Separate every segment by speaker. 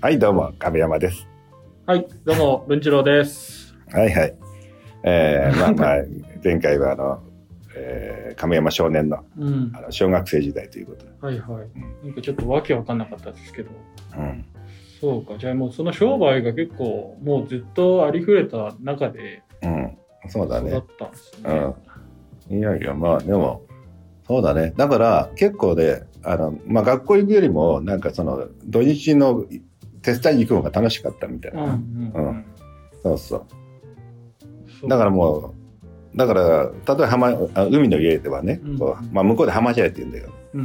Speaker 1: はい、どうも、亀山です。
Speaker 2: はい、どうも、文一郎です。
Speaker 1: はいはい。え ー、まあまあ、前回はあの、えー、亀山少年の
Speaker 2: うん
Speaker 1: あ、の小学生時代ということで。
Speaker 2: はいはい
Speaker 1: ん。
Speaker 2: なんかちょっとわけわかんなかったですけど、
Speaker 1: うん。
Speaker 2: そうか、じゃあもうその商売が結構、もうずっとありふれた中で
Speaker 1: うん。そうだ
Speaker 2: 育
Speaker 1: ね
Speaker 2: っ。たんですね。
Speaker 1: うん。いやいや、まあでも、そうだね。だから、結構ね、あの、まあ学校行くよりも、なんかその、土日の手伝いに行く方が楽しかったみたい
Speaker 2: うん
Speaker 1: な。
Speaker 2: うん
Speaker 1: う
Speaker 2: うん
Speaker 1: そうそう。
Speaker 2: そう
Speaker 1: だからもう、だから、例えば浜あ海の家ではね、
Speaker 2: うん
Speaker 1: こうまあ、向こうで浜茶屋って言うんだけど、
Speaker 2: うん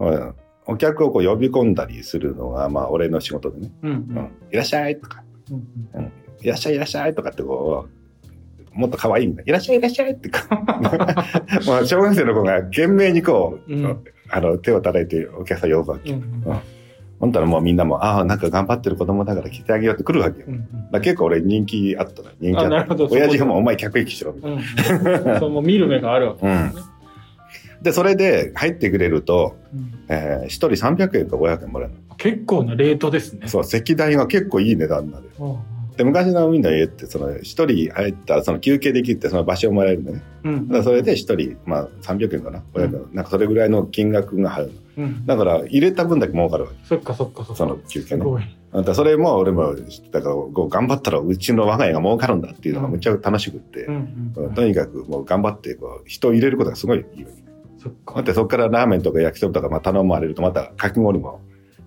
Speaker 2: う
Speaker 1: う
Speaker 2: ん
Speaker 1: んお客をこう呼び込んだりするのが、まあ、俺の仕事でね、
Speaker 2: うん
Speaker 1: う
Speaker 2: うんん
Speaker 1: いらっしゃいとか、
Speaker 2: うん
Speaker 1: いらっしゃいいらっしゃいとかってこう、もっと可愛いんだ。いらっしゃいいらっしゃいってこう、 まあ、小学生の子が懸命にこう、
Speaker 2: うん
Speaker 1: あの、手を叩いてお客さん呼ぶわけ。
Speaker 2: うんうん
Speaker 1: ほんたらもうみんなも、ああ、なんか頑張ってる子供だから来てあげようって来るわけよ。
Speaker 2: うん
Speaker 1: だから結構俺人気あったの人気
Speaker 2: あな
Speaker 1: あ
Speaker 2: る
Speaker 1: った
Speaker 2: ほど
Speaker 1: 親父がもうお前客引きしろみたいな
Speaker 2: うんうんそうもう見る目があるわけですね。
Speaker 1: でそれで入ってくれると、
Speaker 2: うん
Speaker 1: えー、1人300円か500円もらえる
Speaker 2: 結構なレートですね。
Speaker 1: そう席代が結構いい値段なんで
Speaker 2: うん
Speaker 1: で昔の海の家ってその1人入ったらその休憩できるってその場所をもらえるんだね
Speaker 2: うんうん
Speaker 1: だからそれで1人、まあ、300円かな500円、なんかそれぐらいの金額が入る
Speaker 2: うん
Speaker 1: だから入れた分だけ儲かるわ
Speaker 2: そっかそっかそ
Speaker 1: け
Speaker 2: っ
Speaker 1: そ
Speaker 2: か。
Speaker 1: の休憩
Speaker 2: す
Speaker 1: ね
Speaker 2: ごい。
Speaker 1: だからそれも俺も知ってたからこう頑張ったらうちの我が家が儲かるんだっていうのがむっちゃ楽しくって、
Speaker 2: うんうん
Speaker 1: とにかくもう頑張ってこう人を入れることがすごいいいわけ
Speaker 2: そっ
Speaker 1: だっ
Speaker 2: か。
Speaker 1: てそこからラーメンとか焼きそばとかまあ頼まれるとまたかき氷も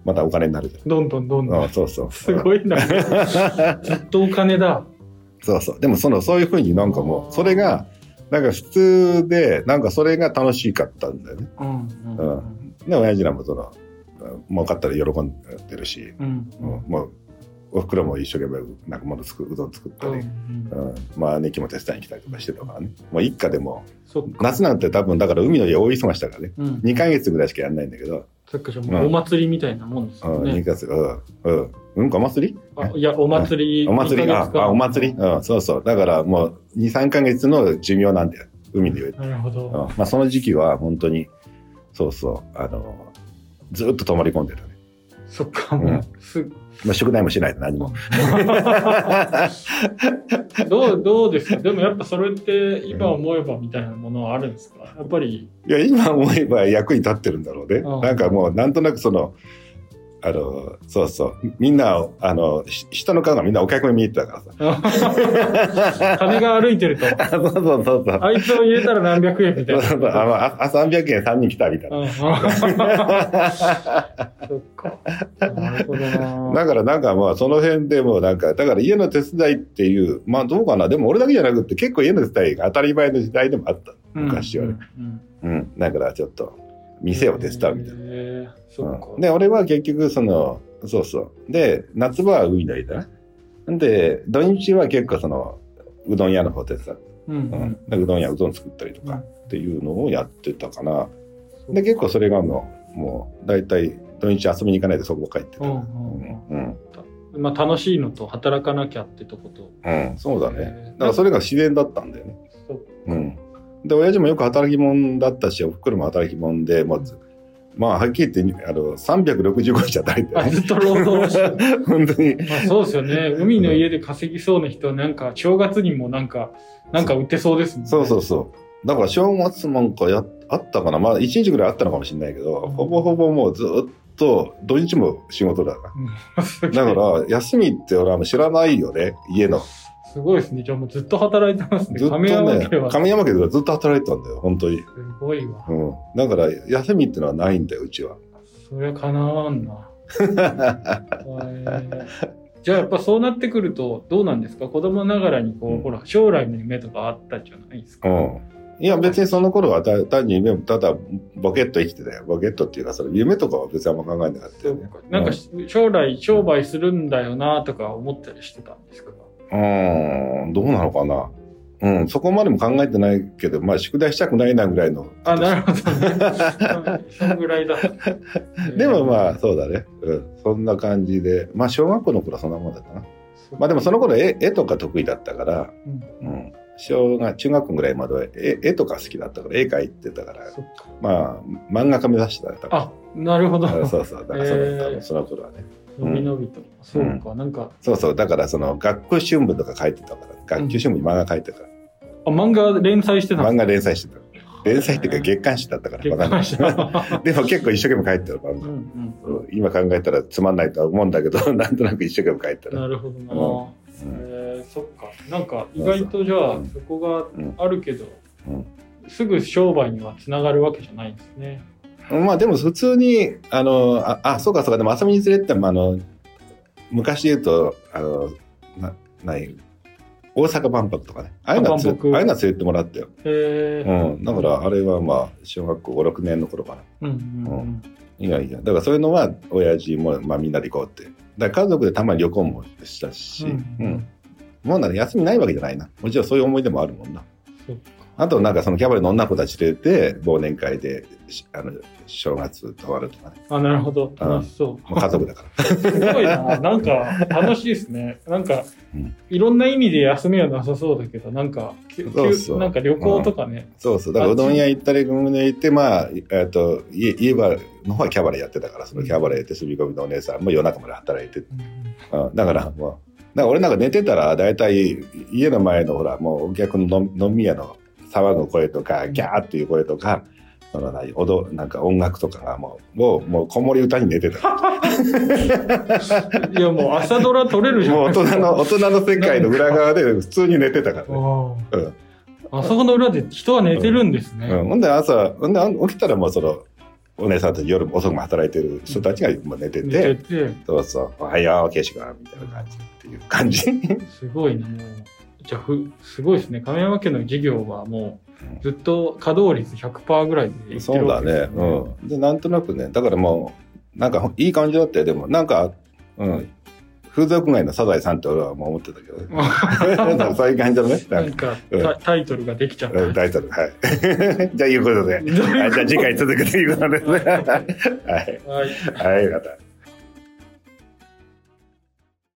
Speaker 1: またお金になるじ
Speaker 2: どんどんど
Speaker 1: ゃ
Speaker 2: ん
Speaker 1: ん。
Speaker 2: どん
Speaker 1: うん、そうそう。
Speaker 2: す ごいな。ずっとお金だ。
Speaker 1: そうそう。でもそのそういうふうになんかもうそれがなんか普通でなんかそれが楽しかったんだよね。
Speaker 2: うんうん
Speaker 1: うで親父らもそのうん儲かったら喜んでるし、
Speaker 2: うん
Speaker 1: う
Speaker 2: う
Speaker 1: ん
Speaker 2: ん
Speaker 1: もうお袋も一生懸命なんかものつくうどん作った
Speaker 2: う
Speaker 1: り。うん
Speaker 2: ん
Speaker 1: まあ兄貴も手伝いに来たりとかしてたからねもう一家でも
Speaker 2: そっか。
Speaker 1: 夏なんて多分だから海の家大忙しだからね
Speaker 2: うん
Speaker 1: 2ヶ月ぐらいしかやんないんだけど、
Speaker 2: そっかじゃあもうお祭りみたいなもんです
Speaker 1: う
Speaker 2: よ
Speaker 1: ん2
Speaker 2: ね。
Speaker 1: ヶ月うんうんうんこ祭り
Speaker 2: あいやお祭り。
Speaker 1: お祭
Speaker 2: 一
Speaker 1: り、
Speaker 2: ヶ
Speaker 1: あ
Speaker 2: 月、間
Speaker 1: あお祭り、。うん、そうそう。だからもう、2、3ヶ月の寿命なんだよ。海の上で。
Speaker 2: なるほ
Speaker 1: うん。
Speaker 2: ど。
Speaker 1: まあ、その時期は本当に、そうそう、あの、ずっと泊まり込んでたね。
Speaker 2: そっかもうす
Speaker 1: まあ、宿題もしないで何も。
Speaker 2: どうどうですか。でもやっぱそれって今思えばみたいなものはあるんですか。やっぱり。
Speaker 1: いや、今思えば役に立ってるんだろうね。
Speaker 2: うん
Speaker 1: なんかもう、なんとなくその、あの、そうそう。みんな、あの、し人の顔がみんなお客に見えてたからさ。
Speaker 2: 金が歩いてると。
Speaker 1: あ そうそうそうそう。
Speaker 2: あいつを入れたら何百円みたい
Speaker 1: そうそ
Speaker 2: な。
Speaker 1: うそうあ、まあ、あ300円3人来たみたいな。
Speaker 2: うんそっか。なるほどな。
Speaker 1: だからなんかまあその辺でもうなんかだから家の手伝いっていうまあどうかなでも俺だけじゃなくって結構家の手伝いが当たり前の時代でもあった昔はね
Speaker 2: うん。うん
Speaker 1: うんだからちょっと店を手伝うみたいな、
Speaker 2: な。へーそっか。
Speaker 1: うんで俺は結局そのそうそうで夏場は海の家だなで土日は結構そのうどん屋の方手伝う、
Speaker 2: う
Speaker 1: うんん、でうどん屋うどん作ったりと
Speaker 2: うん
Speaker 1: かっていうのをやってたかな
Speaker 2: うん
Speaker 1: で結構それがもうもう大体土日遊びに行かないでそこばっかり行ってた、
Speaker 2: うん
Speaker 1: うんうん
Speaker 2: まあ楽しいのと働かなきゃってとこと。
Speaker 1: うん、そうだね。
Speaker 2: へー
Speaker 1: だからそれが自然だったんだよね。
Speaker 2: そっか
Speaker 1: うん。で、親父もよく働き者だったし、おふくろも働き者で、まあ、ずまあ、はっきり言って、あの、365日働いて
Speaker 2: あ
Speaker 1: ね。
Speaker 2: ずっと労 働して
Speaker 1: 本当に。
Speaker 2: まあそうですよね。海の家で稼ぎそうな人はなんか正月にもなんかなんか売ってそうですもんね。。
Speaker 1: そうそううそう。だから、正月なんかやあったかな。まあ、1日ぐらいあったのかもしれないけど、ほぼほぼもうずっと、土日も仕事だから。 だか。ら、休みって俺はもう知らないよね、家の。
Speaker 2: すごいですね。じゃあもうずっと働いてますね。
Speaker 1: ずっと
Speaker 2: 亀山
Speaker 1: ね
Speaker 2: 家は、す
Speaker 1: 神山家ではずっと働いてたんだよ、本当に。
Speaker 2: ごいわ。
Speaker 1: うん。だから、休みってのはないんだよ、うちは。
Speaker 2: そりゃかなわ んな。はいじゃあやっぱそうなってくるとどうなんですか子供ながらにこう、
Speaker 1: うん
Speaker 2: ほら将来の夢とかあったじゃないですか。
Speaker 1: うん。いや、別にその頃はた単に夢も、ただ、ボケっと生きてたよ。ボケっとっていうか、その夢とかは別にあんま考えなかった
Speaker 2: そ
Speaker 1: よ
Speaker 2: う
Speaker 1: ね。
Speaker 2: かなんかし将来商売するんだよなとか思ったりしてたんですか
Speaker 1: うん、どうなのかな。うん、そこまでも考えてないけど、まあ、宿題したくないなぐらいの。
Speaker 2: あなるほどね。そのぐらいだ。
Speaker 1: でもまあ、
Speaker 2: え
Speaker 1: そうだね。うん、そんな感じで。まあ、小学校の頃はそんなもんだったな。
Speaker 2: ー、
Speaker 1: まあ、でもその頃絵、絵とか得意だったから、
Speaker 2: うん
Speaker 1: うん。小学、中学校ぐらいまでは絵、絵とか好きだったから、絵描いてたから、
Speaker 2: そっか
Speaker 1: まあ、漫画家目指してたよ多分
Speaker 2: あなるほど。
Speaker 1: うんそうそう。だからその、
Speaker 2: えー
Speaker 1: 多分その頃はね。
Speaker 2: 伸び伸びと。そうか、なんか、
Speaker 1: そうそう、だからその学校新聞とか書いてたから、学級新聞に漫画書いてたか
Speaker 2: あ、漫画連載してた
Speaker 1: ら、漫
Speaker 2: の
Speaker 1: 画連載してた。連載っていうか月刊誌だったから、
Speaker 2: 結
Speaker 1: わかん
Speaker 2: 婚し
Speaker 1: ない。
Speaker 2: た。
Speaker 1: でも結構一生懸命書いてる漫
Speaker 2: う
Speaker 1: 画
Speaker 2: んうん
Speaker 1: 今考えたらつまんないとは思うんだけど、 なんとなく一生懸命書いて
Speaker 2: な
Speaker 1: る。
Speaker 2: るほどな、
Speaker 1: うん
Speaker 2: えーそっかなんか意外とじゃあそこ
Speaker 1: うん
Speaker 2: があるけど、
Speaker 1: うん
Speaker 2: すぐ商売にはつながるわけじゃないんですね
Speaker 1: まあでも普通に、あの、あ、あそうかそうか、でも遊びに連れてっても、あの、昔で言うと、あの、な、ない、大阪万博とかね。ああいうのはつれ
Speaker 2: あ万博
Speaker 1: ああいうのは連れてってもらったよ。
Speaker 2: え
Speaker 1: う
Speaker 2: ー
Speaker 1: ん。だから、あれはまあ、小学校5、6年の頃かな。
Speaker 2: うんうんうん
Speaker 1: いやいや、だからそういうのは、親父も、まあみんなで行こうって。だから家族でたまに旅行もしたし、
Speaker 2: うん
Speaker 1: うん。もうなんか休みないわけじゃないな。もちろんそういう思い出もあるもんな。
Speaker 2: そっか
Speaker 1: あとなんかそのキャバレーの女の子たち連れて、忘年会で、しあの、正月泊まるとか ね。
Speaker 2: あなるほど
Speaker 1: うん
Speaker 2: 楽しそう、
Speaker 1: もう家族だから。
Speaker 2: すごいななんか楽しいですねなんか、
Speaker 1: うん
Speaker 2: いろんな意味で休みはなさそうだけどなんかきゅ
Speaker 1: そうそう
Speaker 2: きゅなんか旅行とかね、
Speaker 1: そうそう。だからうどん屋行ったり、グムネ行って、まあ、えっと、家、家は、の方はキャバレーやってたから、そのキャバレーで住み込みのお姉さんも夜中まで働いて、うん、だからもう、だから俺なんか寝てたら、大体家の前のほら、もうお客の飲飲み屋の騒ぐ声とか、ギャーっていう声とか、その何踊なんか音楽とかがもう、もう、もう子守歌に寝てた。
Speaker 2: いやもう朝ドラ撮れるじゃん
Speaker 1: もう大人 の、大人の世界の裏側で普通に寝てたからね。うん
Speaker 2: あそこの裏で人は寝てるんですね、
Speaker 1: うん、ほんで朝、ほんであ起きたらもうその、お姉さんたち夜遅くまで働いてる人たちがもう寝て
Speaker 2: 寝
Speaker 1: て、
Speaker 2: てて
Speaker 1: そうそう、おはよう、ケシがみたいな感じっていう感じ。
Speaker 2: すごいな、もう。じゃあふ、すごいですね。亀山家の事業はも
Speaker 1: うん
Speaker 2: う、ずっと稼働率100%ぐらいでいって
Speaker 1: そう
Speaker 2: る
Speaker 1: だ
Speaker 2: わけ
Speaker 1: ね
Speaker 2: です、
Speaker 1: うん。で、なんとなくね、だからもう、なんかいい感じだったよ、でも、なんか、うん、風俗街のサザエさんって俺はもう思って たけど、ね、なんかそういう感じだね、な
Speaker 2: なんん
Speaker 1: か
Speaker 2: か、
Speaker 1: うん
Speaker 2: タタイトルができちゃった。
Speaker 1: うん、タイトル、はい。 じゃあ、いうことで、はい、じゃあ次回続くということですね。はい、
Speaker 2: はい。
Speaker 1: はい、また。